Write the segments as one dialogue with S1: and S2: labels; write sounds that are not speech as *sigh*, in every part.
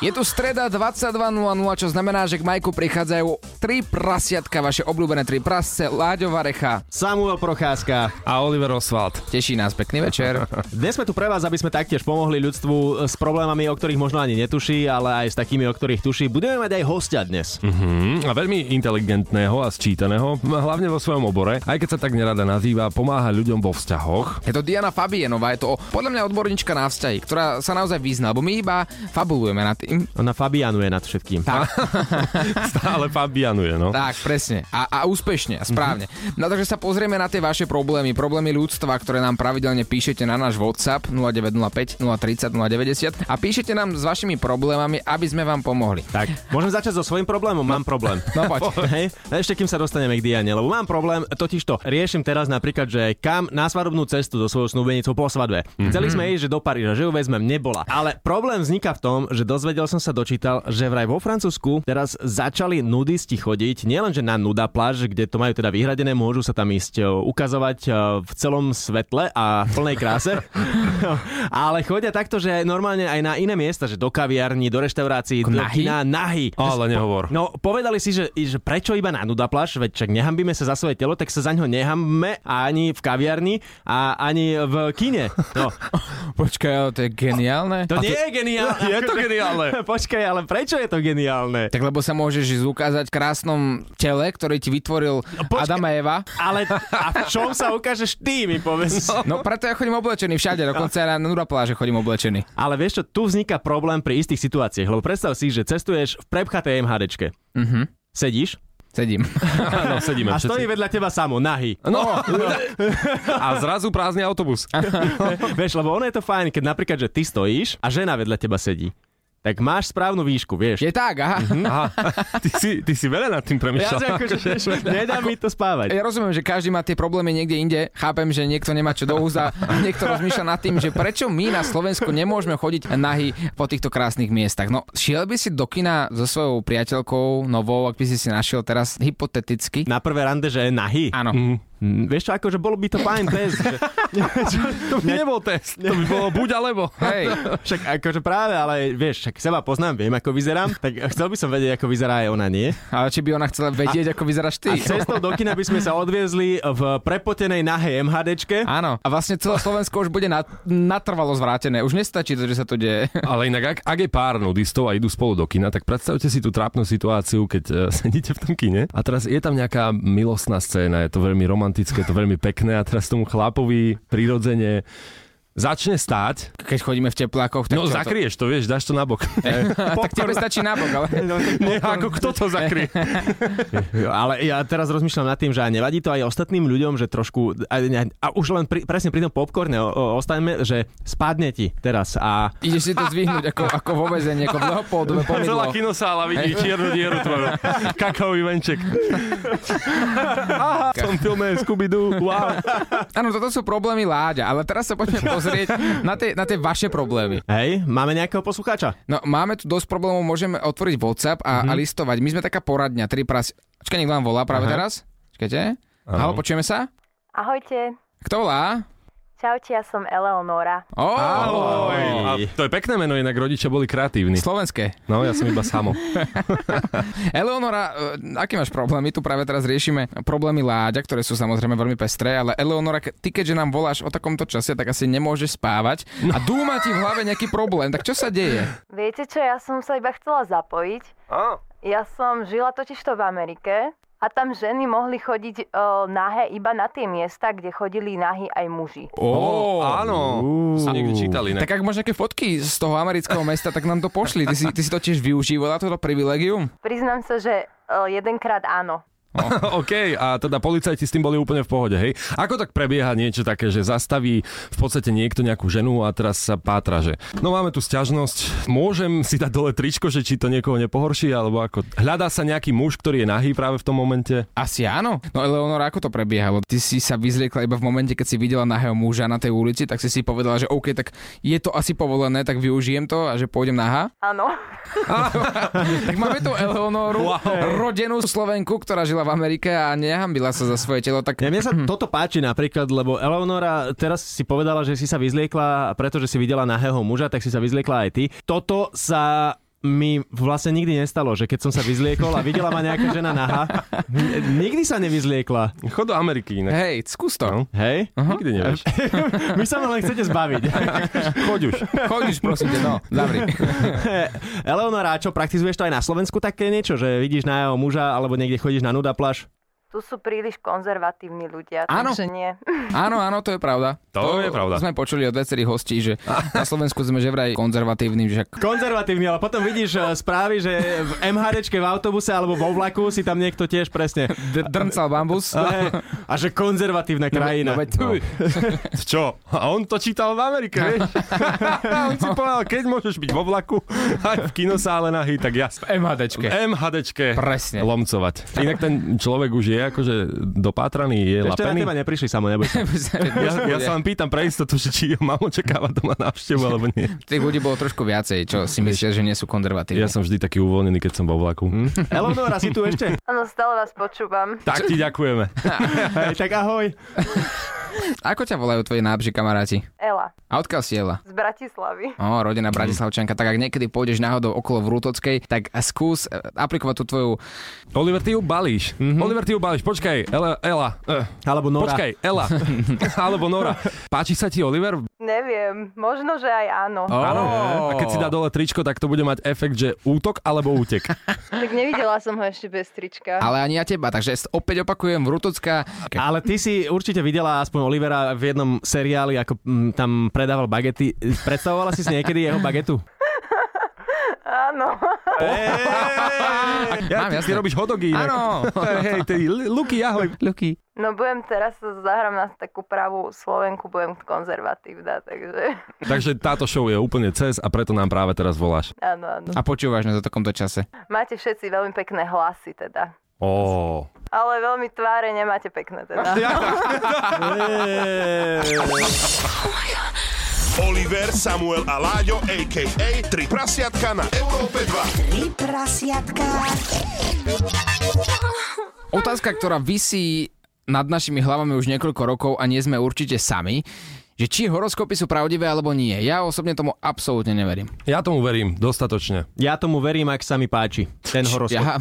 S1: Je tu streda 22.00, čo znamená, že k Majku prichádzajú tri prasiatka, vaše obľúbené tri prasce, Láďo Varecha,
S2: Samuel Procházka
S3: a Oliver Oswald.
S1: Teší nás, pekný večer.
S2: Dnes sme tu pre vás, aby sme taktiež pomohli ľudstvu s problémami, o ktorých možno ani netuší, ale aj s takými, o ktorých tuší. Budeme mať aj hostia dnes.
S3: Mm-hmm. A veľmi inteligentného a sčítaného, hlavne vo svojom obore, aj keď sa tak nerada nazýva, pomáha ľuďom vo vzťahoch.
S1: Je to Diana Fabienová, je to podľa mňa odborníčka na vzťahy, ktorá sa naozaj vyzná, lebo my iba fabulujeme nad tým.
S2: Ona Fabianuje nad všetkým.
S1: Tak.
S3: Stále Fabianuje, no.
S1: *laughs* Tak, presne. A, a úspešne, a správne. Mm-hmm. No takže sa pozrieme na tie vaše problémy, problémy ľudstva, ktoré nám pravidelne píšete na náš WhatsApp 0905 030 090 a píšete nám s vašimi problémami, aby sme vám pomohli.
S2: Tak, môžem začať so svojím problémom? Mám problém.
S1: *laughs* No poď.
S2: *laughs* Hej, ešte kým sa dostaneme k Diane, lebo mám problém, totiž to riešim teraz napríklad, že kam na svadobnú cestu so svojou snúbenicou po svadbe.
S1: Mhm.
S2: Mm-hmm. Chceli sme ísť, že do Paríža, že ju vezmem, nebola. Ale problém vzniká v tom, že dozvedel som sa dočítal, že vraj vo Francúzsku teraz začali nudisti chodiť, nielenže na nuda pláž, kde to majú teda vyhradené, môžu sa tam ísť e, ukazovať v celom svetle a v plnej
S1: *laughs*
S2: kráse. *laughs* Ale chodia takto, že normálne aj na iné miesta, že do kaviarní, do reštaurácií, do
S1: nahý?
S2: kina, nahy.
S3: Ale nehovor.
S2: No, povedali si, že, že prečo iba na nuda pláž, veď čak nehambíme sa za svoje telo, tak sa za ňo nehambme a ani v kaviarni a ani v kine. No,
S1: Počkaj, ale to je geniálne.
S2: to
S1: A
S2: nie je geniálne.
S3: *laughs* Je to geniálne.
S2: *laughs* Počkaj, ale prečo je to geniálne?
S1: Tak lebo sa môžeš ísť ukázať v krásnom tele, ktorý ti vytvoril
S2: No, počkaj.
S1: Adam a Eva.
S2: Ale a v čom sa ukážeš ty, mi povedz.
S1: No preto ja chodím oblečený všade, dokonca aj na nuda pláže chodím oblečený.
S2: Ale vieš čo, tu vzniká problém pri istých situáciách, lebo predstav si, že cestuješ v prepchatej MHDčke. Mm-hmm. Sedíš
S1: Sedím.
S3: Áno, Mhm.
S2: a
S3: sedíme všetci.
S2: stojí vedľa teba samo, nahý.
S3: No, a zrazu prázdny autobus.
S2: *laughs* vieš, lebo ono je to fajn, keď napríklad, že ty stojíš a žena vedľa teba sedí. Tak máš správnu výšku, vieš.
S1: Je tak, aha.
S2: Mhm.
S3: Aha, ty si, ty si veľa nad tým
S2: Ja si
S3: premyšľal.
S2: akože, *laughs* vieš, nedá mi to spávať.
S1: Ja rozumiem, že každý má tie problémy niekde inde. Chápem, že niekto nemá čo do úza, *laughs* niekto rozmýšľa nad tým, že prečo my na Slovensku nemôžeme chodiť nahy po týchto krásnych miestach. No, šiel by si do kina so svojou priateľkou novou, ak by si si našiel teraz hypoteticky?
S2: Na prvé rande, že je nahý.
S1: Áno.
S2: Mm, Vieš čo, akože bolo by to fajn test. Že...
S1: *laughs*
S2: *laughs*
S3: To by nebol test, to by bolo buď alebo.
S1: Hej,
S2: Však akože práve, ale vieš, však seba poznám, viem ako vyzerám, tak chcel by som vedieť, ako vyzerá aj ona, nie?
S1: ale či by ona chcela vedieť, ako vyzeráš ty?
S2: A cestou do kina by sme sa odviezli v prepotenej nahej MHDčke.
S1: Áno. A vlastne celé Slovensko už bude na, natrvalo zvrátené. Už nestačí to, že sa to deje.
S3: Ale inak, ak, ak je pár nudistov a idú spolu do kina, tak predstavte si tú trápnu situáciu, keď e, *laughs* sedíte v tom kine a teraz je tam nejaká milostná scéna, je to veľmi romantické, je to veľmi pekné a teraz tomu chlapovi prirodzene začne stáť,
S1: Keď chodíme v teplákoch, tak
S3: no
S1: čo
S3: zakrieš to, Eh. vieš, dáš to nabok.
S1: to... tak tebe stačí nabok,
S2: *laughs*
S1: ale...
S3: *laughs*
S2: No,
S3: Nie, ako kto to zakrie?
S2: Ale ja teraz rozmýšľam nad tým, že a nevadí to aj ostatným ľuďom, že trošku... A, a už len pri, presne pri tom popcorne o, o, ostaňme, že spadne ti teraz a...
S1: Ideš si to zvihnúť ako, ako vo vezení,
S2: *laughs*
S1: ako v Leopoldove pomidlo.
S3: Celá kinosála vidí čiernu dieru tvoju. *laughs* Kakaový venček. Aha, v tom filme Scooby-Doo, wow.
S1: Áno, toto sú problémy Láďa, ale teraz sa poďme pozrieť na tie, na tie vaše problémy.
S2: Hej, máme nejakého poslucháča?
S1: No, máme tu dosť problémov, môžeme otvoriť WhatsApp a, mm-hmm. a listovať. My sme taká poradňa, tri pras... Počkaj, niekto vám volá práve Aha. teraz? Počkajte. Halo, počujeme sa?
S4: Ahojte,
S1: Kto volá?
S4: čaute, ja som Eleonora.
S1: Ó,
S3: Ahoj. A to je pekné meno, inak rodičia boli kreatívni.
S1: slovenské.
S3: No, ja som iba samo.
S1: Eleonora, e, aký máš problém? My tu práve teraz riešime problémy Láďa, ktoré sú samozrejme veľmi pestré, ale Eleonora, ke- ty keďže nám voláš o takomto čase, tak asi nemôžeš spávať a dúma ti v hlave nejaký problém. Tak čo sa deje?
S4: Viete čo, ja som sa iba chcela zapojiť. Ja som žila totižto v Amerike a tam ženy mohli chodiť e, nahé iba na tie miesta, kde chodili nahy aj muži.
S3: Ó, áno. Som niekde čítal *laughs* inak.
S1: Tak ak máš nejaké fotky z toho amerického mesta, tak nám to pošli. Ty si, ty si to tiež využívala, toto privilegium?
S4: Priznám sa, že e, jedenkrát áno.
S3: OK, a teda policajti s tým boli úplne v pohode, hej. Ako tak prebieha niečo také, že zastaví v podstate niekto nejakú ženu a teraz sa pátra, že no máme tu sťažnosť, môžem si dať dole tričko, že či to niekoho nepohorší, alebo ako hľadá sa nejaký muž, ktorý je nahý práve v tom momente.
S1: Asi áno. No Eleonora, ako to prebiehalo? Ty si sa vyzliekla iba v momente, keď si videla nahého muža na tej ulici, tak si si povedala, že OK, tak je to asi povolené, tak využijem to a že pôjdem nahá.
S4: Áno.
S1: tak máme tu Eleonoru, rodenú Slovenku, ktorá žila v Amerike a nehambila sa za svoje telo, tak
S2: Ja, mne sa toto páči napríklad, lebo Eleonora teraz si povedala, že si sa vyzliekla, pretože si videla nahého muža, tak si sa vyzliekla aj ty. Toto sa mi vlastne nikdy nestalo, že keď som sa vyzliekol a videla ma nejaká žena naha, n- nikdy sa nevyzliekla.
S3: Chod do Ameriky inak.
S1: hej, skús
S3: No.
S1: to.
S2: Hej?
S3: Nikdy nevieš.
S2: Vy sa ma len chcete zbaviť.
S3: *laughs* Choď *laughs* už.
S1: Chodíš, prosím ťa, no, zavri.
S2: *laughs* Eleonora, a čo, praktizuješ to aj na Slovensku také niečo, že vidíš nahého muža alebo niekde chodíš na nuda pláž?
S4: Tu sú príliš konzervatívni ľudia,
S1: Áno.
S4: takže nie.
S1: Áno, áno, to je pravda.
S3: To je pravda.
S1: Sme počuli od viacerých hostí, že na Slovensku sme že vraj konzervatívni, že
S2: Konzervatívny, ale potom vidíš eh, správy, že v MHDčke v autobuse alebo vo vlaku si tam niekto tiež presne
S1: d- drncal bambus.
S2: Hej, a že konzervatívna krajina.
S1: No, veď, no.
S2: No.
S3: Čo? A on to čítal v Amerike, *laughs* vieš? on si povedal, keď môžeš byť vo vlaku, aj v kinosále nahý, tak jasne.
S1: MHDčke.
S3: E,
S1: *laughs*
S3: MHDčke.
S1: Presne.
S3: Lomcovať. Inak ten človek už je akože dopátraný, je
S2: Ešte na
S3: lapený.
S2: teba neprišli, samo neboj sa.
S3: Ja, ja sa len pýtam pre istotu, že či ho mám očakávať doma návštevu, alebo nie.
S1: Tých ľudí bolo trošku viacej, čo si myslíš, že nie sú konzervatívni.
S3: Ja som vždy taký uvoľnený, keď som vo vlaku. Hm?
S2: Eleonora, si tu ešte?
S4: Áno, stále vás počúvam.
S3: Tak ti ďakujeme.
S2: Hej, tak ahoj.
S1: Ako ťa volajú tvoji najbližší kamaráti?
S4: Ela,
S1: A odkiaľ si jela?
S4: z Bratislavy.
S1: O, rodina Bratislavčanka, tak ak niekedy pôjdeš náhodou okolo Vrútockej, tak skús e, aplikovať tú tvoju...
S3: Oliver, ty ju balíš. Mm-hmm. Oliver, ty ju balíš. Počkaj, Ela. Ela. Eh,
S2: Alebo Nora.
S3: Počkaj,
S2: *laughs*
S3: Ela. Alebo Nora. Páči sa ti Oliver?
S4: Neviem, možno, že aj áno.
S3: Áno. A keď si dá dole tričko, tak to bude mať efekt, že útok alebo útek.
S4: Tak nevidela som ho ešte bez trička.
S1: Ale ani ja teba, takže s- opäť opakujem, Vrútocká...
S2: Ale ty si určite videla aspoň Olivera v jednom seriáli, ako mm, tam predával bagety. Predstavovala si si niekedy jeho bagetu?
S4: Áno.
S3: *laughs* Ja,
S1: Mám,
S3: ty, ty
S1: jasné.
S3: robíš hodogy. inak.
S1: *laughs* Áno.
S3: Hej, ty, Luky, ahoj.
S1: Luky.
S4: No budem teraz, zahrám na takú pravú Slovenku, budem konzervatívna, takže *laughs*
S3: Takže táto show je úplne cez a preto nám práve teraz voláš.
S4: áno, áno.
S1: A počúvaš nás o takomto čase.
S4: Máte všetci veľmi pekné hlasy teda.
S3: Ó.
S4: Ale veľmi tváre nemáte pekné teda.
S5: Oliver, Samuel a Láďo, a.k.a. Tri prasiatka na Európe 2.
S6: Tri prasiatka.
S1: Otázka, ktorá vysí nad našimi hlavami už niekoľko rokov a nie sme určite sami, že či horoskopy sú pravdivé alebo nie. Ja osobne tomu absolútne neverím.
S3: Ja tomu verím, dostatočne.
S2: Ja tomu verím, ak sa mi páči. Ten horoskop.
S1: Ja,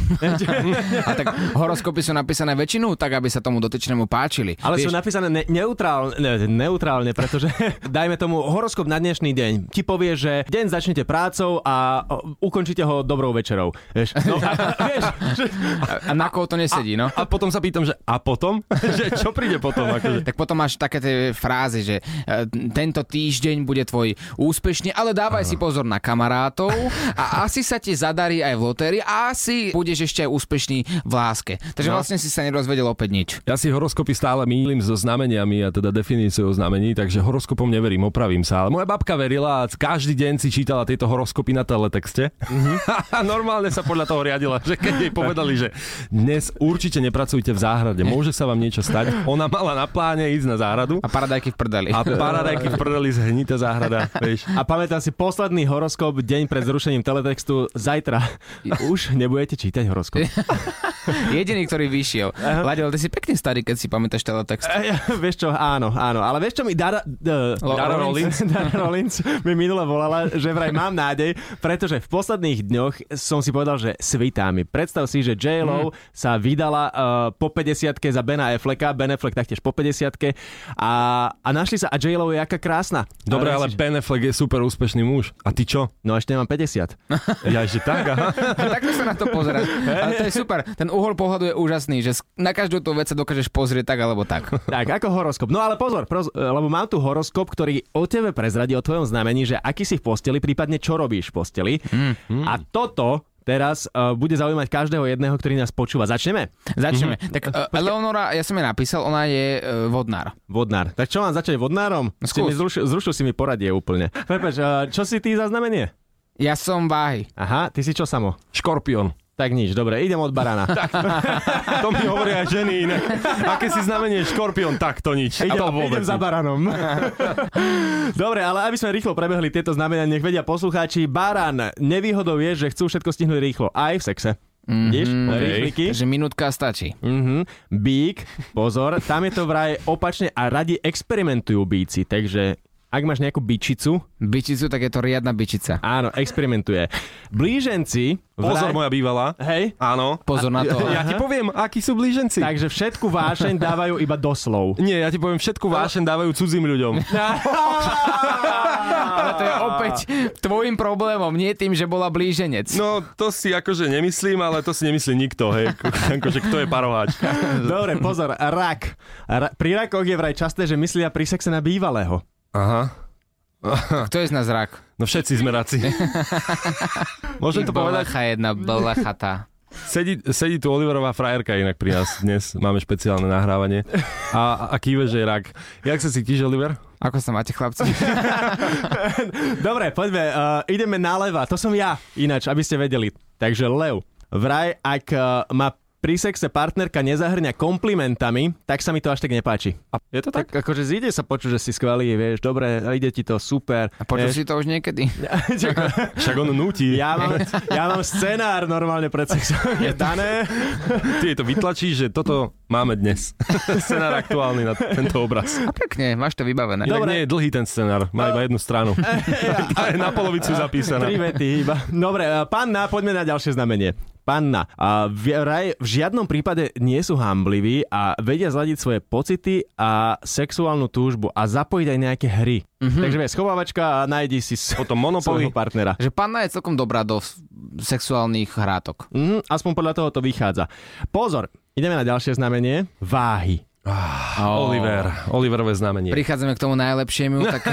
S2: *laughs*
S1: a tak horoskopy sú napísané väčšinou tak, aby sa tomu dotyčnému páčili.
S2: Ale sú napísané ne- neutrálne, ne- neutrálne, pretože *laughs* dajme tomu horoskop na dnešný deň. Ti povie, že deň začnete prácou a o, no. ukončíte ho dobrou večerou. Vieš, no, *laughs* a, vieš, že,
S1: a na koho to nesedí, no?
S3: A potom sa pýtam, že a potom? *laughs* že čo príde potom? Akože?
S1: Tak potom máš také tie frázy, že e, tento týždeň bude tvoj úspešný, ale dávaj si pozor na kamarátov a asi sa ti zadarí aj v lotérii a asi budeš ešte aj úspešný v láske. Takže
S2: No.
S1: vlastne si sa nerozvedel opäť nič.
S3: Ja si horoskopy stále mýlim so znameniami a teda definíciou znamení, takže horoskopom neverím, opravím sa. Ale moja babka verila a každý deň si čítala tieto horoskopy na teletexte. A *laughs* normálne sa podľa toho riadila, že keď jej povedali, že dnes určite nepracujte v záhrade, môže sa vám niečo stať. Ona mala na pláne ísť na záhradu
S1: A paradajky v prdeli.
S3: a paradajky v prdeli zhnitá záhrada, vieš.
S2: A pamätám si posledný horoskop deň pred zrušením teletextu. Zajtra *laughs* už nebudete čítať horoskop.
S1: *laughs* Jediný, ktorý vyšiel. Laďo, ale ty si pekne starý, keď si pamätáš teletext. *laughs*
S2: E, vieš čo, áno, áno. Ale vieš čo mi Dara, d,
S1: Lo-
S2: Dara
S1: Rollins.
S2: Dara Rollins mi minule volala, že vraj mám nádej, pretože v posledných dňoch som si povedal, že svitá mi. Predstav si, že j mm. sa vydala uh, po 50 za Bena Afflecka, Ben Affleck taktiež po 50 a, a našli sa a j je jaká krásna.
S3: Dobre,
S2: A
S3: ale
S2: hovorím si, že-
S3: Ben Affleck je super úspešný muž. A ty čo?
S2: No ešte nemám 50.
S3: *laughs* Ja, že tak,
S2: *laughs*
S3: aha.
S1: Takto sa na to pozerať. Ale to je super. Ten uhol pohľadu je úžasný, že s- na každú tú vec sa dokážeš pozrieť tak alebo tak.
S3: *laughs*
S2: Tak, ako horoskop. No ale pozor, proz, lebo mám tu horoskop, ktorý o tebe Mhm. prezradí, o tvojom znamení, že aký si v posteli, prípadne čo robíš v posteli. Mm, mm. A toto teraz uh, bude zaujímať každého jedného, ktorý nás počúva. Začneme?
S1: Začneme. Mm-hmm.
S3: Mhm.
S1: Tak uh, Eleonora, ja som jej napísal, ona je uh, vodnár.
S2: Vodnár. Tak čo mám začať vodnárom? Si
S1: Skús.
S2: mi zrušil, zrušil si mi poradie úplne. No Prepač, uh, čo si ty za znamenie?
S1: Ja som váhy.
S2: Aha, ty si čo samo?
S3: Škorpión.
S2: Tak nič, dobre, idem od barana.
S3: To mi hovoria aj ženy inak. Aké si znamenie škorpión, tak to nič.
S2: Idem,
S3: to vôbec
S2: idem za
S3: nič.
S2: baranom. *laughs* Dobre, ale aby sme rýchlo prebehli tieto znamenia, nech vedia poslucháči, baran, nevýhodou je, že chcú všetko stihnúť rýchlo, aj v sexe. Mm-hmm, Vidíš?
S3: Mm.
S2: Rýchliky.
S1: Takže minútka stačí.
S2: Mm-hmm. Bík, pozor, tam je to vraj opačne a radi experimentujú bíci, takže ak máš nejakú bičicu,
S1: Bičicu, tak je to riadna bičica.
S2: áno, experimentuje. Blíženci,
S3: Pozor, moja bývalá.
S2: hej,
S3: Áno.
S1: Pozor na to.
S3: *laughs* Ja ti poviem, akí sú blíženci.
S2: takže všetku vášeň dávajú iba doslov.
S3: Nie, ja ti poviem, všetku vášen dávajú cudzím ľuďom.
S1: Ale to je opäť tvojim problémom, nie tým, že bola blíženec.
S3: No, to si akože nemyslím, ale to si nemyslí nikto, hej. *laughs* Akože kto je paroháč.
S2: Dobre, pozor, rak. Ra- pri rakoch je vraj časté, že myslia pri sexe na bývalého.
S3: Aha.
S1: Kto je z nás rak?
S3: No všetci sme
S2: *laughs*
S3: raci. Môžem to povedať?
S1: Blecha jedna,
S3: *laughs*
S1: blechata.
S3: Sedí, sedí tu Oliverová frajerka inak pri nás dnes. Máme špeciálne nahrávanie. A, a kýve, že je rak. Jak sa cítiš, Oliver?
S1: Ako sa máte, chlapci?
S2: Dobre, poďme, uh, ideme na leva. To som ja, ináč, aby ste vedeli. Takže lev. Vraj, ak uh, ma pri sexe partnerka nezahrňa komplimentami, tak sa mi to až tak nepáči.
S3: A je to
S2: Tak akože zíde sa počuť, že si skvelý, vieš, dobre, ide ti to, super.
S1: A počul
S2: vieš.
S1: si to už niekedy?
S2: Čak-
S3: Však on nutí.
S2: *laughs* ja, mám, ja mám scenár normálne pred sexom. Je *laughs* dané.
S3: Ty jej to vytlačíš, že toto máme dnes.
S2: *laughs*
S3: scenár aktuálny na tento obraz.
S1: A pekne, máš to vybavené.
S3: Inak
S2: Dobre.
S3: nie je dlhý ten scenár, má iba jednu stranu. Tá je na polovicu zapísaná.
S2: Tri vety iba. Dobre, e, panna, poďme na ďalšie znamenie. Panna, a v, raj, v žiadnom prípade nie sú hambliví a vedia zladiť svoje pocity a sexuálnu túžbu a zapojiť aj nejaké hry. Mm-hmm. Takže vieš, schovávačka a nájdi si s-
S3: Mhm. Potom
S2: svojho
S3: Monopoly.
S2: partnera.
S1: Že panna je celkom dobrá do s- sexuálnych hrátok.
S2: Mm, aspoň podľa toho to vychádza. Pozor, ideme na ďalšie znamenie. Váhy.
S3: Oliver, Oliverové znamenie.
S1: Prichádzame k tomu *laughs* najlepšiemu, tak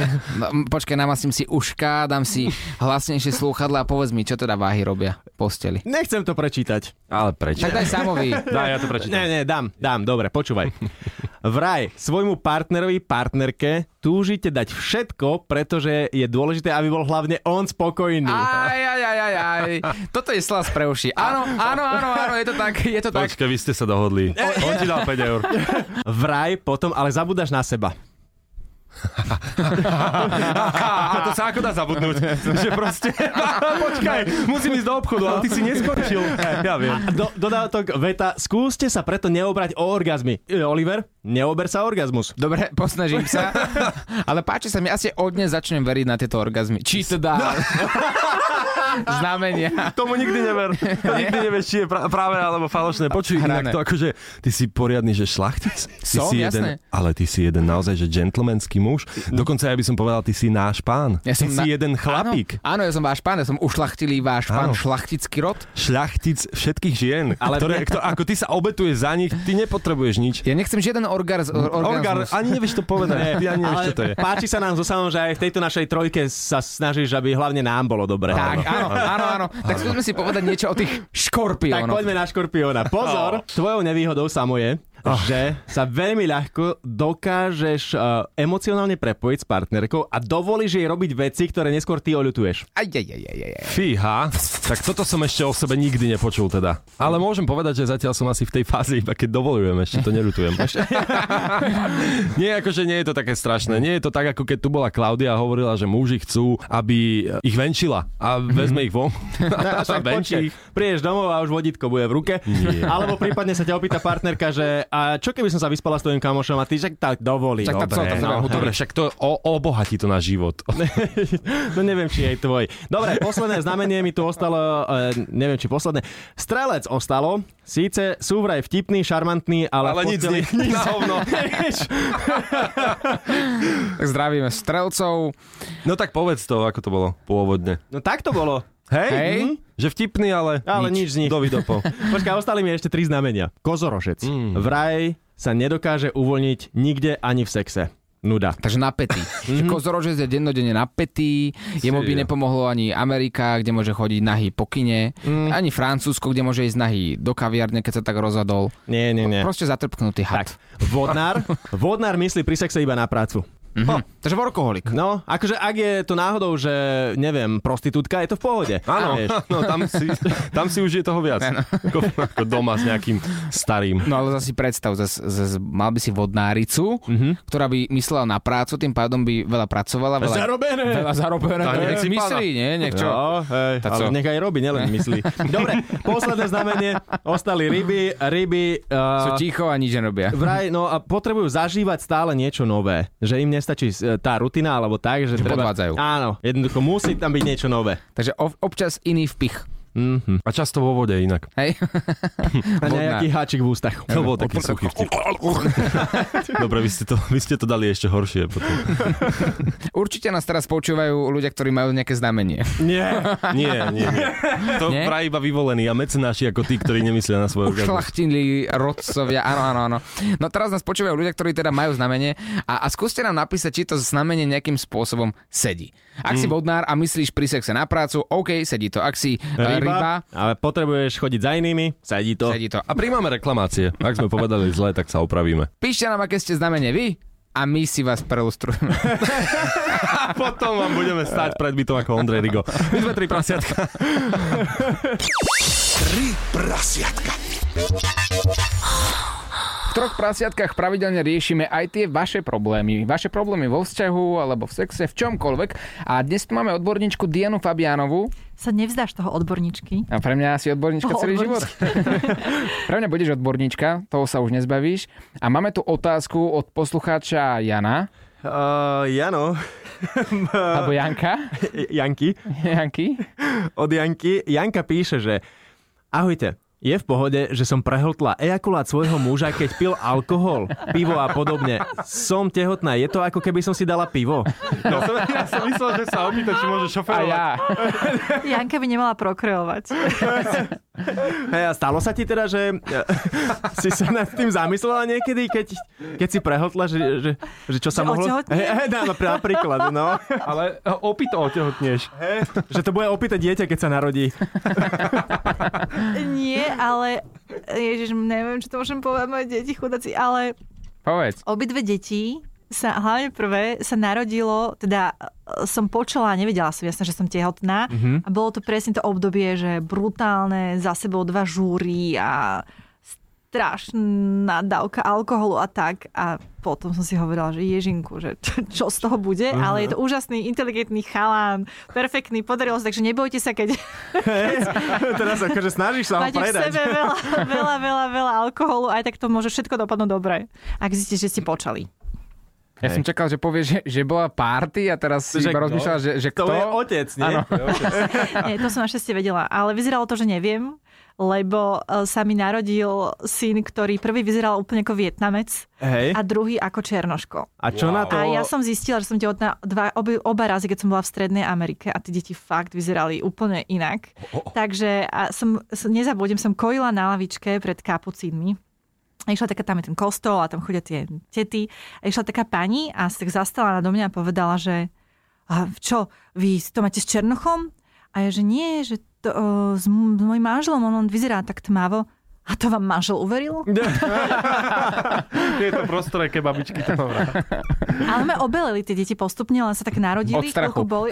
S1: no, m, počkaj, namasím si uška, dám si hlasnejšie slúchadla a povedz mi, čo teda váhy robia v posteli.
S2: Nechcem to prečítať.
S3: Ale prečo?
S1: Tak daj *laughs* samovi.
S3: Dá, ja to prečítam.
S2: Ne, ne, dám, dám, dobre, počúvaj. Vraj, svojmu partnerovi, partnerke túžite dať všetko, pretože je dôležité, aby bol hlavne on spokojný.
S1: Aj, aj, aj, aj, aj. Toto je slas pre uši. Áno, áno, áno, áno, je to tak, je to tak.
S3: Počkaj, vy ste sa dohodli. On ti dal 5 eur.
S2: Vraj, potom, ale zabudáš na seba.
S3: A to sa ako dá zabudnúť? Že proste, *laughs* počkaj, musím ísť do obchodu, ale ty si neskončil. Ja viem.
S2: A do, dodatok veta, skúste sa preto neobrať o orgazmy. E, Oliver, neober sa
S3: *laughs*
S2: orgazmus.
S1: Dobre, posnažím sa. *laughs* Ale páči sa mi, asi od dnes začnem veriť na tieto orgazmy. Či *laughs* teda... Znamenia.
S3: Tomu nikdy never. To nikdy nevieš, či je pra- práve alebo falošné. Počuj,
S1: Hrané.
S3: inak to akože, ty si poriadny, že šlachtic. Ty
S1: Som,
S3: si
S1: jasné.
S3: jeden, ale ty si jeden naozaj, že gentlemanský muž. Dokonca ja by som povedal, ty si náš pán.
S1: Ja som
S3: ty si
S1: na-
S3: jeden chlapík.
S1: Áno, áno, ja som váš pán, ja som ušlachtilý váš pán,
S3: Áno.
S1: šlachtický rod.
S3: Šľachtic všetkých žien. Ale... Ktoré, kto, ako ty sa obetuješ za nich, ty nepotrebuješ nič.
S1: Ja nechcem žiaden orgaz, or,
S3: Orgar,
S1: orgazmus.
S3: ani nevieš to povedať. Ty ani nevieš, čo to je.
S2: páči sa nám zo samom, že aj v tejto našej trojke sa snažíš, aby hlavne nám bolo dobre.
S1: Tak, áno, áno, áno. Tak skúsme si povedať niečo o tých
S2: Tak
S1: škorpiónoch.
S2: poďme na škorpióna. Pozor, tvojou nevýhodou samo je, že sa veľmi ľahko dokážeš uh, emocionálne prepojiť s partnerkou a dovolíš jej robiť veci, ktoré neskôr ty oľutuješ.
S1: Aj, aj, aj, aj, aj, aj.
S3: Fíha, tak toto som ešte o sebe nikdy nepočul teda. Ale môžem povedať, že zatiaľ som asi v tej fáze iba keď dovolujem, ešte *laughs* to nerutujem. nie, akože nie je to také strašné. Nie je to tak, ako keď tu bola Klaudia a hovorila, že muži chcú, aby ich venčila a vezme ich von. a
S2: Tak
S3: *laughs* venčí ich.
S2: počkaj, prídeš domov a už vodítko bude v ruke.
S3: Nie.
S2: Alebo prípadne sa ťa opýta partnerka, že a čo keby som sa vyspala s tvojim kamošom a ty že tak dovolí.
S1: Však tam
S2: dobre,
S1: som to
S2: no,
S3: No, dobre, však to o, obohatí to na život.
S2: no neviem, či aj tvoj. Dobre, posledné znamenie mi tu ostalo, e, neviem, či posledné. Strelec ostalo, síce sú vraj vtipný, šarmantný, ale,
S3: *laughs*
S2: v
S3: Ale nič z
S2: posteli-
S3: nich,
S2: *laughs*
S3: nič na hovno.
S1: Tak zdravíme strelcov.
S3: No tak povedz to, ako to bolo pôvodne.
S2: No tak to bolo.
S3: Hej?
S1: Hej.
S3: Mhm. Že vtipný, ale,
S2: Ale nič z nich.
S3: Dovidopol.
S2: Počkaj, ostali mi ešte tri znamenia. Kozorožec. Mm. Vraj sa nedokáže uvoľniť nikde ani v sexe. nuda.
S1: Takže napätý.
S3: Mhm.
S1: Že Kozorožec je dennodenne napätý, jemu by nepomohlo ani Amerika, kde môže chodiť nahý po kine,
S3: Mhm.
S1: ani Francúzsko, kde môže ísť nahý do kaviarne, keď sa tak rozhodol.
S2: Nie, nie, nie.
S1: Proste zatrpknutý had.
S2: Tak, vodnár, vodnár myslí pri sexe iba na prácu.
S1: Mhm. Takže workoholik.
S2: No, akože ak je to náhodou, že neviem, prostitútka, je to v pohode.
S3: *laughs* Áno,
S2: Vieš.
S3: no, tam, si, tam si už je toho viac. Ako, ako doma s nejakým starým.
S1: No ale zase si predstav, zas, zas, mal by si vodnáricu, mm-hmm. ktorá by myslela na prácu, tým pádom by veľa pracovala, veľa,
S2: Zarobené.
S1: veľa zarobené.
S3: Tak
S1: nech si
S3: nech si
S1: myslí, nie? Nech čo?
S2: No, hej,
S1: Tak
S2: ale
S1: co?
S2: nech aj robí, nielen myslí. Dobre, posledné znamenie, ostali ryby, ryby...
S1: Sú
S2: Uh,
S1: ticho a nič nerobia.
S2: vraj, no a potrebujú zažívať stále niečo nové. Že im nestačí e, tá rutina, alebo tak, že,
S1: Že
S2: treba...
S1: podvádzajú.
S2: Áno, jednoducho musí tam byť niečo nové.
S1: Takže ov- občas iný vpich.
S3: A často vo vode inak.
S1: Hej?
S2: A
S1: Vodnár.
S2: nejaký háčik v ústach.
S3: To bol taký suchý vtip. *laughs* Dobre, vy ste, to, vy ste to dali ešte horšie potom.
S1: Určite nás teraz počúvajú ľudia, ktorí majú nejaké znamenie.
S2: Nie.
S3: Nie, nie, nie. To
S1: Nie?
S3: vraj iba vyvolení a mecenáši ako tí, ktorí nemyslia na svoje orgazmus.
S1: Ušlachtili rodcovia, áno, áno, áno. No teraz nás počúvajú ľudia, ktorí teda majú znamenie a, a skúste nám napísať, či to znamenie nejakým spôsobom sedí. Ak si bodnár a myslíš pri sexe na prácu, OK, sedí to. Ak si *laughs* ryba, ryba
S2: Ryba, ale potrebuješ chodiť za inými, sadí to.
S1: sedí to.
S3: A príjmame reklamácie. Ak sme povedali zle, tak sa opravíme.
S1: Píšte nám, aké ste znamenie vy a my si vás
S2: *laughs*
S1: prelustrujeme.
S3: A potom vám budeme stať pred bytom ako Ondrej Rigo. My sme tri prasiatka. *laughs*
S5: Tri prasiatka.
S1: V troch prasiatkách pravidelne riešime aj tie vaše problémy. Vaše problémy vo vzťahu alebo v sexe, v čomkoľvek. A dnes tu máme odborníčku Dianu Fabiánovú.
S6: Sa nevzdáš toho odborníčky?
S1: A pre mňa si odborníčka
S6: No,
S1: celý život. *laughs*
S6: odborníčka.
S1: pre mňa budeš odborníčka, toho sa už nezbavíš. A máme tu otázku od poslucháča Jana,
S2: Uh, Jano, no.
S1: alebo
S2: Eh.
S1: Janka. *laughs*
S2: Janky,
S1: Janky.
S2: od Janky. Janka píše, že ahojte, je v pohode, že som prehltla ejakulát svojho muža, keď pil alkohol, pivo a podobne. Som tehotná, je to ako keby som si dala pivo.
S3: No, ja som myslel, že sa opýta, či môže
S1: A
S3: šoferovať.
S1: ja.
S6: Janka by nemala prokreovať.
S2: Hej, a stalo sa ti teda, že e, *laughs* si sa nad tým zamyslela niekedy, keď, keď si prehltla, že, že, že čo sa
S6: Že
S2: mohlo...
S6: otehotnie?
S2: Hej, hej, dá, napríklad, no.
S3: Ale e, opýto otehotnieš.
S2: Že to bude opäť dieťa, keď sa narodí.
S6: Nie, ale... Ježiš, neviem, či to môžem povedať moje deti, chudáci, ale
S1: Povedz.
S6: obidve deti sa, hlavne prvé, sa narodilo, teda e, som počula, nevedela som jasne, že som tehotná a bolo to presne to obdobie, že brutálne, za sebou dva žúry a strašná dávka alkoholu a tak a potom som si hovorila, že ježinku, že *laughs* čo, čo z toho bude, ale je to úžasný, inteligentný chalán, perfektný, podarilo sa, takže nebojte sa, keď *laughs*
S2: Teraz akože snažíš sa ho
S6: Máte v
S2: predať.
S6: sebe veľa, veľa, veľa, veľa alkoholu, aj tak to môže všetko dopadnúť dobre, ak zistíte, že ste počali.
S1: Ja som čakal, že povieš, že, že bola party a teraz si
S2: Že
S1: iba
S2: kto?
S1: rozmýšľal, že, že
S2: To
S1: kto.
S2: je otec, nie?
S1: Áno.
S6: Nie, to som našťastie vedela, ale vyzeralo to, že neviem, lebo e, sa mi narodil syn, ktorý prvý vyzeral úplne ako Vietnamec
S2: Hej.
S6: a druhý ako Černoško.
S2: A čo wow. na to?
S6: A ja som zistila, že som tehotná dva, obi, oba razy, keď som bola v Strednej Amerike a tie deti fakt vyzerali úplne inak. Takže a som, som, nezabudem, som kojila na lavičke pred kapucínmi. A išla taká, tam je ten kostol a tam chodia tie tety. A išla taká pani a sa tak zastala na mňa a povedala, že a čo, vy to máte s Černochom? A ja, že nie, že to, o, s, m- s mojim manželom, on, on vyzerá tak tmavo. A to vám manžel uveril?
S3: *laughs* Je to prostoré, ke babičky to dobrá.
S6: Ale sme obeleli tie deti postupne, len sa tak narodili,
S1: Od strachu.
S6: chvíľku boli.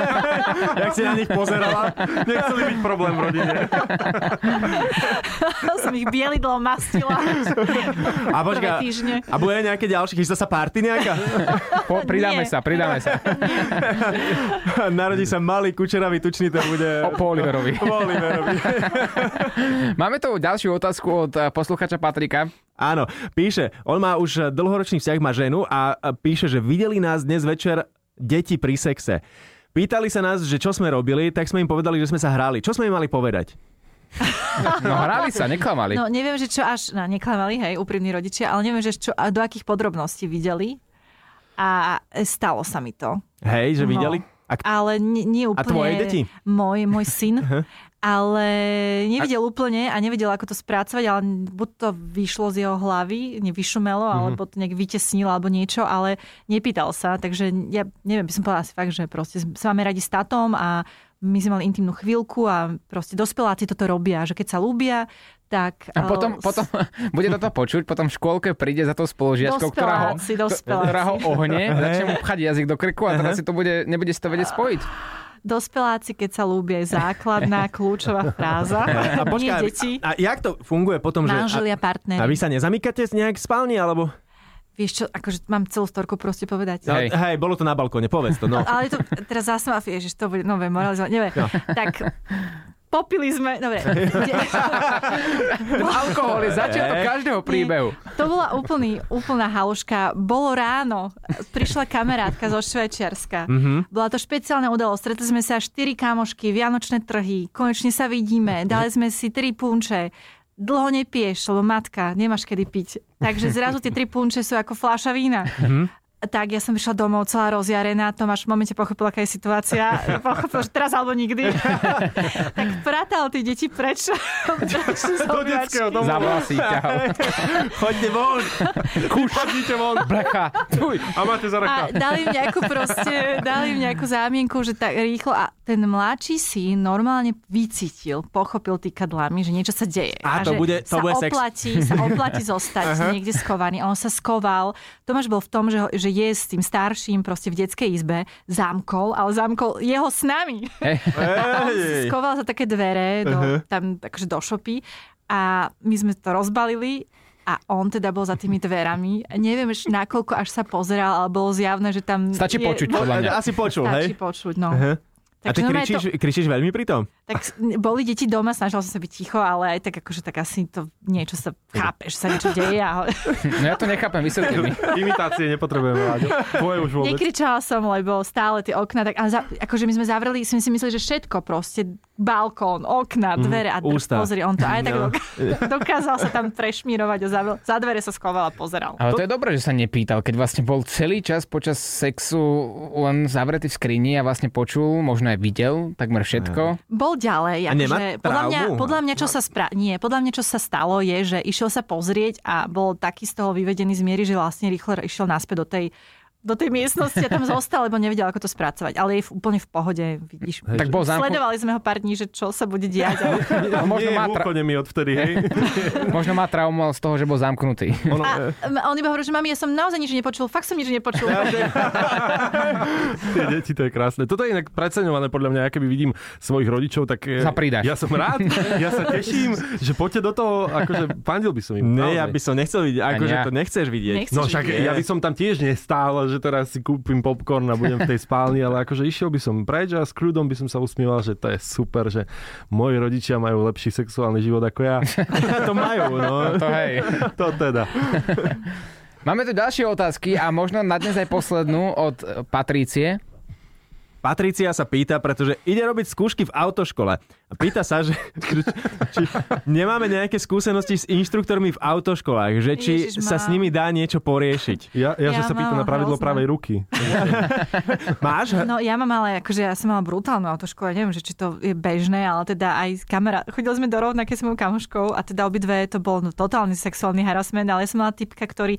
S6: *laughs*
S2: Jak si na nich pozerala?
S3: Nechceli byť problém v rodine.
S6: som ich bielidlom mastila
S2: A
S6: prvé
S2: počka,
S6: týždne.
S2: a bude nejaké ďalšie, chystá sa party nejaká? *laughs*
S1: Po, pridáme
S6: Nie.
S1: sa, pridáme sa.
S2: Narodí sa malý, kučeravý, tučný, to bude...
S1: O po *laughs* Oliverovi.
S2: Po Oliverovi. *laughs*
S1: Máme tu ďalšiu otázku od eh, posluchača Patrika.
S2: Áno, píše, on má už dlhoročný vzťah, má ženu a a píše, že videli nás dnes večer deti pri sexe. Pýtali sa nás, že čo sme robili, tak sme im povedali, že sme sa hrali. Čo sme im mali povedať?
S1: No hrali sa, neklamali.
S6: No neviem, že čo až, no, neklamali, hej, úprimní rodičia, ale neviem, že čo, a do akých podrobností videli. A stalo sa mi to.
S2: Hej, že
S6: No.
S2: videli? A k-
S6: ale nie, nie úplne...
S2: tvoje deti?
S6: Môj, môj syn. ale nevidel úplne a nevedel, ako to spracovať, ale buď to vyšlo z jeho hlavy, nevyšumelo,
S2: Mhm.
S6: alebo to nejak vytesnilo, alebo niečo, ale nepýtal sa, takže ja neviem, by som povedala asi fakt, že proste s máme radi s tatom a my sme mali intimnú chvíľku a proste dospeláci toto robia, že keď sa ľúbia, tak...
S1: A potom,
S6: eh,
S1: potom *laughs* bude toto počuť, potom v škôlke príde za to spolužiačkou, ktorá ho,
S6: Dospeláci, dospeláci.
S1: ktorá ho *laughs* ohne, začne mu pchať jazyk do krku a teraz si to bude, nebude si to vedieť spojiť.
S6: Dospeláci, keď sa ľúbia, je základná
S2: *laughs*
S6: kľúčová fráza. *laughs*
S2: A
S6: Nie
S2: počkaj,
S6: deti,
S2: a, a jak to funguje potom, že...
S6: manželia, partneri.
S2: A, a vy sa nezamýkate nejak v spálni, alebo...
S6: Vieš čo, akože mám celú storku proste povedať.
S2: No,
S1: Hej.
S2: hej. hej, bolo to na balkóne, povedz to,
S6: *laughs*
S2: no.
S6: Ale to, teraz zase ma, ježiš, to bude nové moralizovať, neviem. No. Tak popili sme, dobre. *laughs*
S1: Alkohol je začiatok každého príbehu.
S6: To bola úplný, úplná haluška. Bolo ráno, prišla kamarátka zo Švajčiarska. Mm-hmm. Bola to špeciálna udalosť. Stretli sme sa štyri kamošky, vianočné trhy, konečne sa vidíme, dali sme si tri punče. Dlho nepieš, lebo matka, nemáš kedy piť. Takže zrazu tie tri punče sú ako fľaša vína. Mhm. Tak, ja som išla domov celá rozjarená, Tomáš v momente pochopil, aká je *laughs* situácia. Pochopil, že teraz alebo nikdy. *laughs* tak pratal tie deti preč. *laughs* preč Do detského
S1: Za vlasy *laughs* ťahol.
S2: Choďte von!
S3: Chodíte von,
S1: Blecha.
S3: tuj, a máte za
S6: A dali im nejakú proste, dali im nejakú zámienku, že tak rýchlo. A ten mladší syn normálne vycítil, pochopil týkadlami, že niečo sa deje.
S2: A to
S6: že
S2: bude- to
S6: sa
S2: bude sex.
S6: oplatí, sa oplatí zostať niekde skovaný. A on sa skoval. Tomáš bol v tom, že, ho, že je s tým starším proste v detskej izbe, zámkol, ale zámkol jeho s nami. A on si
S2: Hej.
S6: skoval za také dvere do, uh-huh. tam akože do šopy a my sme to rozbalili a on teda bol za tými dverami. Neviem, až nakoľko až sa pozeral, ale bolo zjavné, že tam...
S1: Stačí počuť, podľa mňa.
S2: Asi počul,
S6: Stačí
S2: hej?
S6: počuť, no.
S2: Aha. A
S6: Takže
S2: ty
S6: normálne
S2: kričíš, kričíš veľmi pri tom?
S6: Tak s- boli deti doma, snažila som sa byť ticho, ale aj tak akože tak asi to niečo sa chápeš, sa niečo deje. A...
S1: No ja to nechápem, vysvetlite mi.
S3: Imitácie nepotrebujeme, Láďo. Tvoje už vôbec.
S6: Nekričala som, lebo stále tie okna, tak, a za, akože my sme zavreli, sme si mysleli, že všetko proste, balkón, okna, dvere a
S2: Mhm,
S6: dr-
S2: ústa.
S6: pozri, on to aj tak
S2: No.
S6: dok- *laughs* dokázal sa tam prešmírovať a za, za dvere sa schoval a pozeral.
S1: Ale to je dobré, že sa nepýtal, keď vlastne bol celý čas počas sexu len zavretý v skrini a vlastne počul, možno aj videl takmer všetko.
S6: Bol ďalej.
S2: A nemá
S6: Akože, podľa, mňa,
S2: traumu? No.
S6: podľa mňa, čo sa spra- nie, podľa mňa, čo sa stalo, je, že išiel sa pozrieť a bol taký z toho vyvedený z miery, že vlastne rýchlo išiel naspäť do tej do tej miestnosti a tam zostal, lebo nevedel, ako to spracovať. Ale je v- úplne v pohode, vidíš.
S1: Tak bol zamknutý.
S6: Sledovali sme ho pár dní, že čo sa bude diať. ale-
S1: Možno,
S3: Nie,
S1: má
S3: v
S1: tra-
S3: úchode mi odvtedy,
S1: *laughs*
S3: hej.
S1: možno má traumu z toho, že bol zamknutý.
S3: Ono,
S6: A m- on iba hovorí, že mami, ja som naozaj nič nepočul, fakt som nič nepočul.
S3: Tie deti, to je krásne. Toto je inak preceňované podľa mňa, ja keby vidím svojich rodičov, tak... e,
S1: Sa pridáš.
S3: Ja som rád, ja
S1: *laughs*
S3: sa teším, že poďte do toho, akože fandil by som im.
S2: Ne,
S3: naozaj.
S2: ja by som nechcel vidieť, akože
S1: ja.
S2: to nechceš vidieť.
S6: Nechceš
S3: No však
S2: vidieť.
S3: ja by som tam tiež nestál, že teraz si kúpim popcorn a budem v tej spálni, ale akože išiel by som preč a s krudom by som sa usmieval, že to je super, že moji rodičia majú lepší sexuálny život ako
S1: *laughs*
S3: ja.
S2: to majú, no.
S1: *laughs* To hej.
S3: To teda.
S1: Máme tu ďalšie otázky a možno na dnes aj poslednú od eh, Patrície.
S2: Patricia sa pýta, pretože ide robiť skúšky v autoškole. A pýta sa, že či, či nemáme nejaké skúsenosti s inštruktormi v autoškolách, že či
S6: Ježiš,
S2: sa
S6: mám.
S2: s nimi dá niečo poriešiť.
S3: Ja, ja, že
S6: Ja
S3: sa pýta na
S6: mám
S3: pravidlo
S6: hrozné.
S3: pravej ruky.
S2: Máš?
S6: No ja mám ale, akože ja som mala brutálnu autoškolu, ja neviem, že či to je bežné, ale teda aj kamera. Chodili sme do rovnaké s mojou kamoškou a teda obidve to bol no, totálny sexuálny harassment, ale ja som mala typka, ktorý,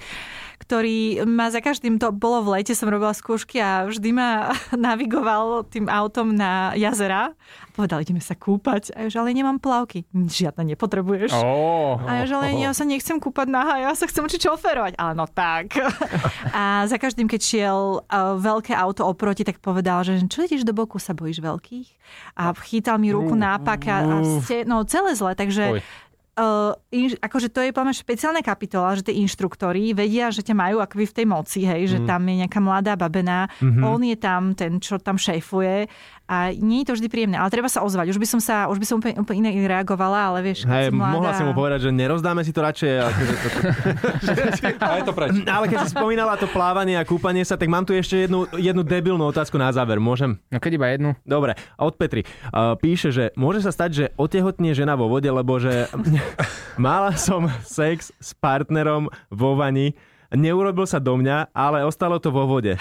S6: ktorý ma za každým, to bolo v lete, som robila skúšky a vždy ma *laughs* navigoval tým autom na jazera. Povedal, ideme sa kúpať. A ja, že ale nemám plavky. Žiadna nepotrebuješ.
S1: Oh.
S6: A ja, že len ja sa nechcem kúpať nahá, ja sa chcem učiť šoferovať. Ale no
S2: *laughs*
S6: tak. A za každým, keď šiel uh, veľké auto oproti, tak povedal, že čo ideš do boku, sa bojíš veľkých? A chytal mi
S2: Mm,
S6: ruku nápak a, a ste, no celé zle, takže...
S1: Oj.
S6: Uh, inž, akože to je podľa mňa špeciálna kapitola, že tí inštruktori vedia, že ťa majú akoby v tej moci, hej,
S2: Mm.
S6: že tam je nejaká mladá babená,
S2: Mhm.
S6: on je tam ten, čo tam šéfuje a nie je to vždy príjemné, ale treba sa ozvať. Už by som sa, už by som úplne, úplne inak reagovala, ale vieš, keď
S2: Hej,
S6: si mladá...
S2: mohla si mu povedať, že nerozdáme si to radšej. Akože to,
S3: A je to preč.
S2: Ale keď si spomínala to plávanie a kúpanie sa, tak mám tu ešte jednu, jednu debilnú otázku na záver. Môžem?
S1: No keď iba jednu.
S2: Dobre, a od Petri. Uh, píše, že môže sa stať, že otehotnie žena vo *laughs* vode, lebo že mala som sex s partnerom vo vani neurobil sa do mňa, ale ostalo to vo vode.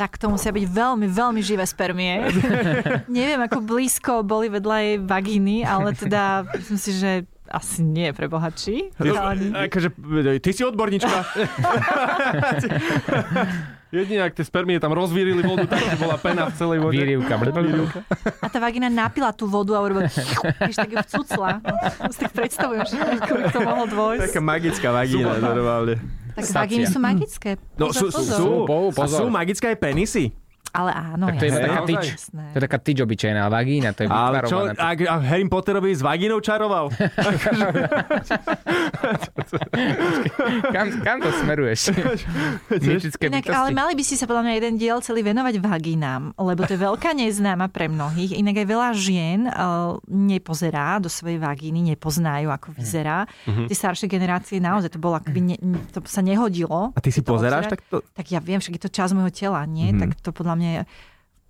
S6: Tak to musia byť veľmi, veľmi živé spermie. Neviem, ako blízko boli vedľa jej vagíny, ale teda myslím si, že asi nie pre bohatší. Ale-
S3: *laughs*
S2: Akože, ty si odborníčka.
S3: Jedine, ak tie spermie tam rozvírili vodu, tak že bola pena v celej vode.
S1: Výrivka.
S6: A tá vagina napila tú vodu a urobila... *laughs* Víš, tak ju vcucla. Ja si *laughs* tak predstavujem, že ako by to mohlo dôjsť.
S2: Taká magická vagína, normálne.
S6: Tak vagíny sú magické.
S2: No, sú,
S6: Pozor,
S2: sú,
S6: pozor.
S2: sú,
S1: Pozor.
S2: a sú magické aj penisy.
S6: Ale áno,
S1: Tak to je
S6: jasné.
S1: taká tyč. Teda
S6: Jasné.
S1: To je taká tyč obyčajná, vagína, to je
S2: Ale čo,
S1: *laughs* vytvarovaná.
S2: a, a Harry Potterovi s vagínou čaroval?
S1: Kam, kam to smeruješ? *laughs* Mytické
S6: Inak,
S1: bytosti.
S6: ale mali by si sa podľa mňa jeden diel celý venovať vagínám, lebo to je veľká neznáma pre mnohých. Inak aj veľa žien eh, nepozerá do svojej vagíny, nepoznajú,
S1: Mhm.
S6: ako vyzerá. Tie staršie generácie naozaj to bolo, akoby ne, to sa nehodilo.
S2: A ty si
S6: to
S2: pozeráš
S6: obzerať.
S2: takto?
S6: Tak ja viem, však je to čas môjho tela,
S1: Mhm.
S6: nie? Tak to podľa mňa je,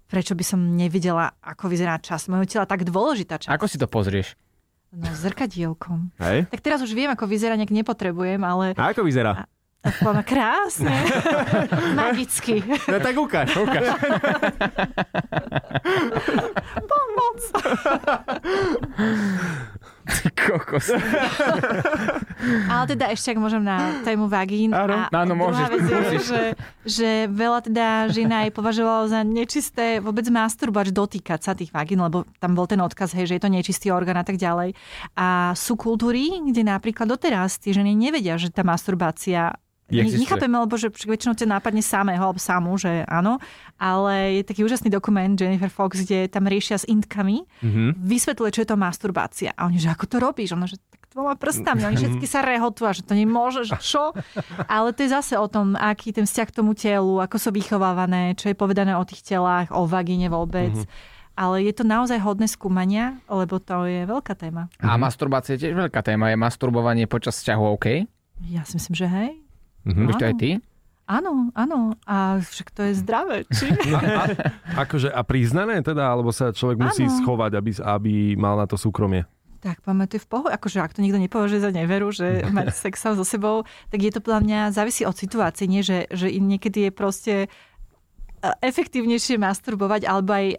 S6: prečo by som nevidela, ako vyzerá čas môjho tela, tak dôležitá časť.
S1: Ako si to pozrieš?
S6: No, zrkadielkom.
S2: Hej.
S6: Tak teraz už viem, ako vyzerá, nejak nepotrebujem,
S1: *laughs*
S6: ale
S2: A ako vyzerá?
S6: Podľa mňa krásne. Magicky. *laughs*
S2: No tak ukáž, ukáž.
S6: Pomoc.
S1: Ty *laughs* kokos.
S6: Ale teda ešte, ak môžem na tému vagín.
S2: Áno.
S6: a
S1: Áno, môžeš,
S6: druhá vec je,
S1: musíš.
S6: Že, že veľa teda žien aj považovalo za nečisté vôbec masturbač dotýkať sa tých vagín, lebo tam bol ten odkaz, hej, že je to nečistý orgán a tak ďalej. A sú kultúry, kde napríklad doteraz tie ženy nevedia, že tá masturbácia Ne-
S2: Existuje.
S6: Nechápeme, lebo že však väčšinou ťa nápadne samého, alebo samú, že áno. Ale je taký úžasný dokument Jennifer Fox, kde tam riešia s intkami, mm-hmm. vysvetľuje, čo je to masturbácia. A oni, že ako to robíš? Ona, že tak dvoma prstami. Oni všetky sa rehotú a že to nemôžeš, čo? Ale to je zase o tom, aký ten vzťah k tomu telu, ako sú vychovávané, čo je povedané o tých telách, o vagíne vôbec. Mm-hmm. Ale je to naozaj hodné skúmania, lebo to je veľká téma.
S1: A masturbácia je tiež veľká téma. Je masturbovanie počas vzťahu OK?
S6: Ja si myslím, že hej.
S1: Víš to aj ty?
S6: Áno, áno. A však to je zdravé, či?
S3: Akože a priznané teda, alebo sa človek musí
S6: Áno.
S3: schovať, aby, aby mal na to súkromie.
S6: Tak pamätaj v pohode, akože ak to nikto nepovažuje za neveru, že mať sex sám so sebou, tak je to podľa mňa závisí od situácie, nie? Že, že i niekedy je proste e, efektívnejšie masturbovať alebo aj e,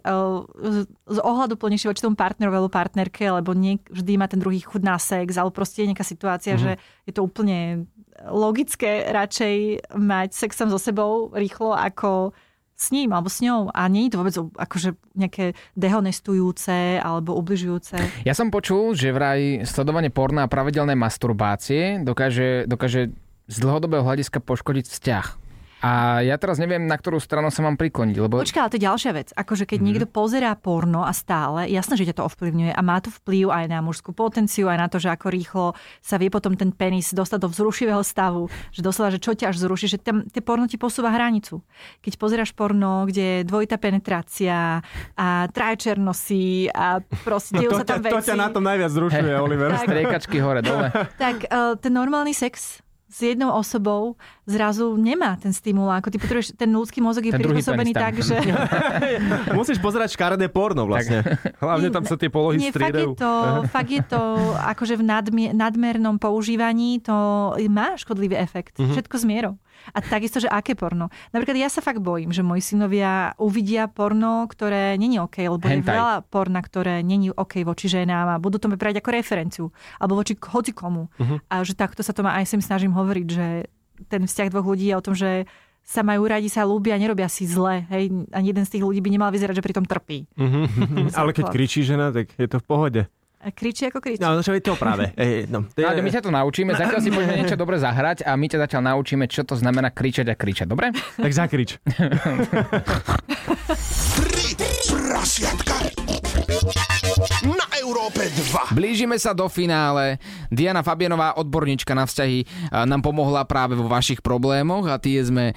S6: z- z ohľadu plnejšie voči tomu partnerovi alebo partnerke, lebo nie vždy má ten druhý chud na sex, alebo proste je nejaká situácia, mm-hmm. že je to úplne logické radšej mať sex sám so sebou rýchlo ako s ním alebo s ňou a nie je to vôbec akože nejaké dehonestujúce alebo ubližujúce.
S1: Ja som počul, že vraj sledovanie porna a pravidelné masturbácie dokáže, dokáže z dlhodobého hľadiska poškodiť vzťah. A ja teraz neviem, na ktorú stranu sa mám prikloniť, lebo...
S6: Počkaj, ale to je ďalšia vec.
S2: Mhm.
S6: Akože keď mm. niekto pozerá porno a stále, jasné, že ťa to ovplyvňuje a má to vplyv aj na mužskú potenciu, aj na to, že ako rýchlo sa vie potom ten penis dostať do vzrušivého stavu, že doslova, že čo ťa až zruší, že tam tie porno ti posúva hranicu. Keď pozeráš porno, kde je dvojitá penetrácia a trajčernosy a proste dejú
S2: No To,
S6: sa
S2: ťa,
S6: tam
S2: to
S6: veci
S2: ťa na tom najviac *laughs* zrušuje, Oliver.
S6: Tak.
S1: Striekačky hore, dole.
S6: *laughs* tak uh, ten normálny sex s jednou osobou zrazu nemá ten stimul, ako ty potrebuješ, ten ľudský mozog je
S1: Ten druhý
S6: prispôsobený
S1: penis tam.
S6: tak, že...
S2: *laughs* Musíš pozerať škaredé porno vlastne.
S3: Hlavne tam sa tie polohy
S6: Nie, fakt je
S3: striedajú.
S6: to, fakt je to akože v nadmi- nadmernom používaní to má škodlivý efekt. Mm-hmm. Všetko s mierou. A takisto, že aké porno. Napríklad ja sa fakt bojím, že moji synovia uvidia porno, ktoré není OK, lebo je
S1: Hentai.
S6: veľa porna, ktoré není OK voči ženám a budú to mi brať ako referenciu. Alebo voči k- hoci komu. Mm-hmm. A že takto sa to má aj sem snažím hovoriť, že ten vzťah dvoch ľudí je o tom, že sa majú radi, sa ľúbia, nerobia si zle. Hej, ani jeden z tých ľudí by nemal vyzerať, že pritom trpí.
S2: *laughs* Ale keď kričí žena, tak je to v pohode.
S6: A kričí ako kričí.
S2: No, no čo je to *laughs* práve. Ej, no, to je,
S1: Ale my sa to naučíme, zatiaľ si môžeme niečo dobre zahrať a my ťa zatiaľ naučíme, čo to znamená kričať a kričať, dobre?
S2: Tak zakrič.
S5: Prasiatka na Európe 2.
S1: Blížime sa do finále. Diana Fabienová, odborníčka na vzťahy, eh, nám pomohla práve vo vašich problémoch a tie sme eh,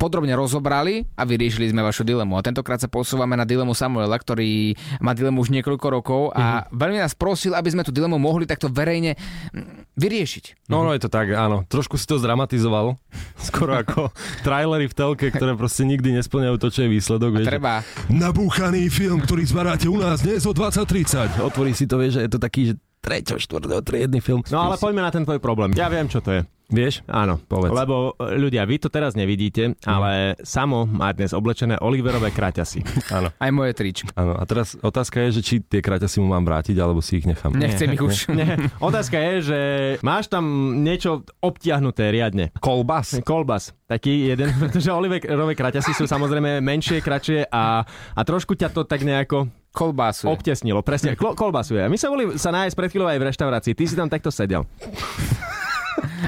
S1: podrobne rozobrali a vyriešili sme vašu dilemu. A tentokrát sa posúvame na dilemu Samuela, ktorý má dilemu už niekoľko rokov
S2: Mhm.
S1: a veľmi nás prosil, aby sme tú dilemu mohli takto verejne mm, vyriešiť.
S3: No, no je to tak, áno. Trošku si to zdramatizoval. *laughs* Skoro ako trailery v telke, ktoré proste nikdy nesplňajú to, čo je výsledok. vieš, že-
S1: Treba.
S5: Nabúchaný film, ktorý zvaráte u nás dnes o 20.30.
S3: otvorí si to, vieš, že je to taký, že 3. 4. triedny film.
S2: No ale poďme na ten tvoj problém. Ja viem, čo to je.
S3: Vieš?
S2: Áno, Hm.
S3: Povedz.
S2: Lebo e, ľudia, vy to teraz nevidíte, ale Samo má dnes oblečené Oliverové *laughs* kraťasy.
S3: Áno.
S1: Aj moje tričko.
S3: Áno, a teraz otázka je, že či tie kraťasy mu mám vrátiť, alebo si ich nechám.
S1: Nechcem ich už.
S2: Nie, otázka je, že máš tam niečo obtiahnuté riadne.
S3: Kolbas.
S2: Kolbas, taký jeden, *laughs* pretože Oliverové kraťasy sú samozrejme menšie, kratšie a, a trošku ťa to tak nejako
S1: Kolbásu.
S2: obtesnilo. Presne, klo, kolbasu je. A my sme boli sa nájsť pred chvíľou aj v reštaurácii, ty si tam takto sedel.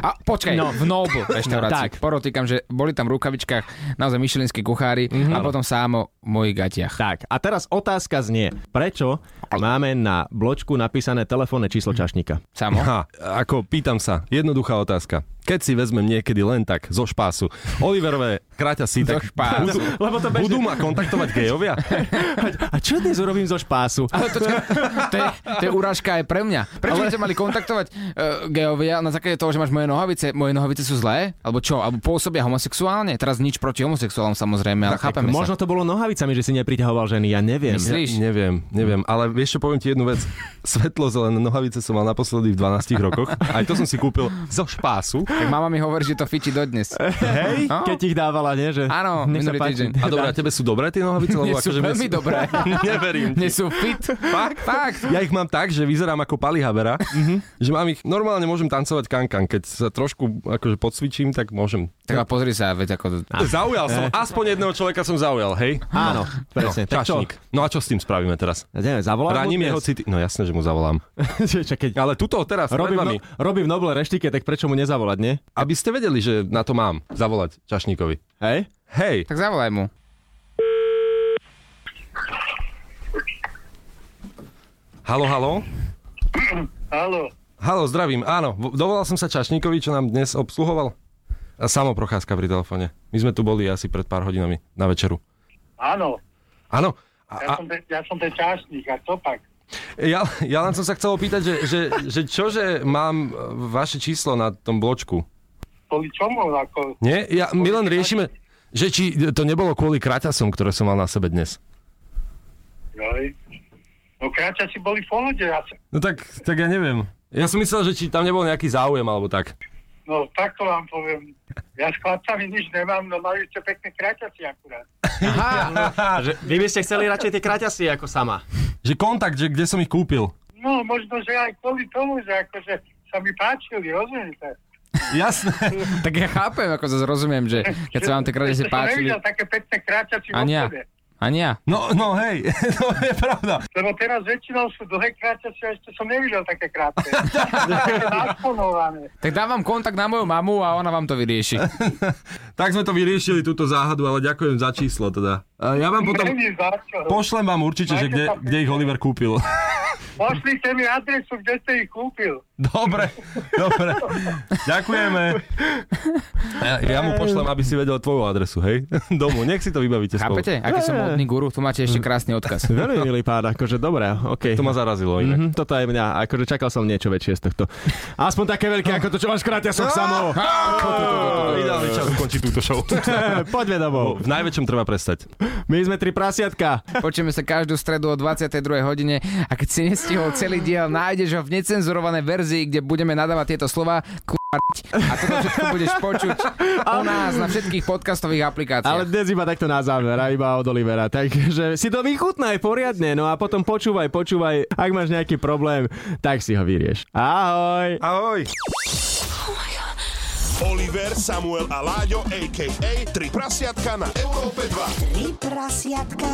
S1: A počkaj, no. v Noble reštaurácii.
S2: tak.
S1: Porotýkam, že boli tam v rukavičkách naozaj myšelinskí kuchári
S2: Mhm.
S1: a potom sámo v mojich gatiach.
S2: Tak, a teraz otázka znie, prečo máme na bločku napísané telefónne číslo čašníka?
S1: Samo.
S3: Ha, ako pýtam sa, jednoduchá otázka. Keď si vezmem niekedy len tak zo špásu Oliverové kraťasy,
S1: Zo
S3: tak
S1: špásu.
S3: budú,
S2: Lebo to bežne-
S3: budú ma kontaktovať *laughs* gejovia?
S2: A čo dnes urobím zo špásu?
S1: Ale *laughs* to, to, je, to je urážka aj pre mňa. Prečo by ťa mali kontaktovať uh, geovia na základe toho, že máš moje nohavice? Moje nohavice sú zlé? Alebo čo? Alebo pôsobia homosexuálne? Teraz nič proti homosexuálom samozrejme, ale
S2: Tak
S1: chápeme sa.
S2: možno to bolo nohavicami, že si nepriťahoval ženy, ja neviem.
S1: Myslíš? Slyš.
S3: Neviem, neviem, ale vieš čo, poviem ti jednu vec. Svetlo zelené nohavice som mal naposledy v 12 rokoch. Aj to som si kúpil zo špásu.
S1: Tak mama mi hovorí, že to fiči
S2: *laughs*
S1: dodnes.
S2: Hej,
S1: No.
S2: keď ich dávala, nie? Že
S1: Áno,
S2: nech sa
S1: minulý
S2: páči.
S1: týždeň.
S3: A dobre, a tebe sú dobré tie nohavice?
S1: Nie
S3: Lebo
S1: sú
S3: akože mne
S1: veľmi dobré.
S3: *laughs* Neverím. ti.
S1: Nie sú fit. Fakt? Mhm. Fakt.
S3: Ja ich mám tak, že vyzerám ako Pali Habera, že mám ich, normálne môžem tancovať kankan, keď sa trošku akože podsvičím, tak môžem.
S1: Tak a pozri sa, veď ako...
S3: Zaujal
S1: Eh.
S3: som, aspoň jedného človeka som zaujal, hej?
S2: Áno, presne.
S3: No, čašník. No a čo s tým spravíme teraz?
S2: Ja neviem, zavolám
S3: Raním jeho
S2: *laughs*
S3: city. No jasne, že mu zavolám.
S2: Čak, keď
S3: Ale tuto teraz, pred
S2: robím, no,
S3: vami,
S2: robím v Noble reštike, tak prečo mu nezavolať, nie?
S3: aby ste vedeli, že na to mám zavolať čašníkovi.
S2: Hej?
S3: Hej,
S1: Tak zavolaj mu.
S3: halo, halo.
S7: Halo,
S3: Halo, zdravím. Áno, vo- dovolal som sa čašníkovi, čo nám dnes obsluhoval. A samo procházka pri telefóne. My sme tu boli asi pred pár hodinami na večeru.
S7: áno,
S3: Áno.
S7: ja,
S3: A, a
S7: som, te, ja som ten čášnik a čo pak?
S3: ja, ja len som sa chcel opýtať, že, že, že čože mám e, vaše číslo na tom bločku?
S7: Kvôli čomu ako?
S3: Nie? Ja, my len riešime, že či to nebolo kvôli kraťasom, ktoré som mal na sebe dnes.
S7: Hej. No kráča si boli v pohode, ja sa-
S3: No tak, tak ja neviem. Ja som myslel, že či tam nebol nejaký záujem alebo tak.
S7: No takto vám poviem, ja s chlapcami nič nemám, no majú ste pekné kráčaci akurát.
S2: *laughs* Že vy by ste chceli radšej tie kraťasy ako sama.
S3: Že kontakt, že kde som ich kúpil.
S7: No možno, že aj kvôli tomu, že akože sa mi páčili, rozumiete?
S3: Jasné.
S1: Tak ja chápem, ako sa zrozumiem, že keď sa vám tie kraťasy
S2: *laughs*
S7: Ešte som
S1: páčili...
S7: Nevidel také pekné kráčaci v
S1: Ani ja.
S7: obchode.
S1: Ani ja.
S3: No, no hej, *laughs* to je pravda.
S7: Lebo teraz väčšinou sú dlhé kráčaci a ešte som nevidel také krátke. také nasponované.
S1: Tak dávam kontakt na moju mamu a ona vám to vyrieši.
S3: Tak sme to vyriešili, túto záhadu, ale ďakujem za číslo teda. E, Ja vám potom...
S7: Není za čo.
S3: Pošlem vám určite, že kde, kde ich Oliver kúpil. *laughs*
S7: Pošlite mi adresu, kde ste ich kúpil.
S3: Dobre, dobre. Ďakujeme. Ja, ja mu pošlem, aby si vedel tvoju adresu, hej? *laughs* Domu, nech si to vybavíte spolu.
S1: Chápete? Aký som modný guru, tu máte ešte krásny odkaz.
S2: Veľmi milý pár, akože dobré, OK.
S3: To ma zarazilo inak.
S2: Mhm, toto aj mňa, akože čakal som niečo väčšie z tohto. Aspoň také veľké, ako to, čo máš kraťasok samo.
S3: Ideálny čas ukončiť túto show.
S2: Eh, Poďme domov.
S3: V najväčšom treba prestať.
S2: My sme tri prasiatka.
S1: Počujeme sa každú stredu o 22. hodine a keď si nestihol celý diel, nájdeš ho v necenzurovanej verzii, kde budeme nadávať tieto slova k***ať. a toto všetko budeš počuť o nás na všetkých podcastových aplikáciách.
S2: Ale dnes iba takto na záver, a iba od Olivera. Takže si to vychutnaj poriadne, no a potom počúvaj, počúvaj. Ak máš nejaký problém, tak si ho vyrieš. Ahoj!
S3: Ahoj.
S5: Oliver, Samuel a Láďo, a.k.a. Tri prasiatka na Európe 2.
S8: Tri prasiatka.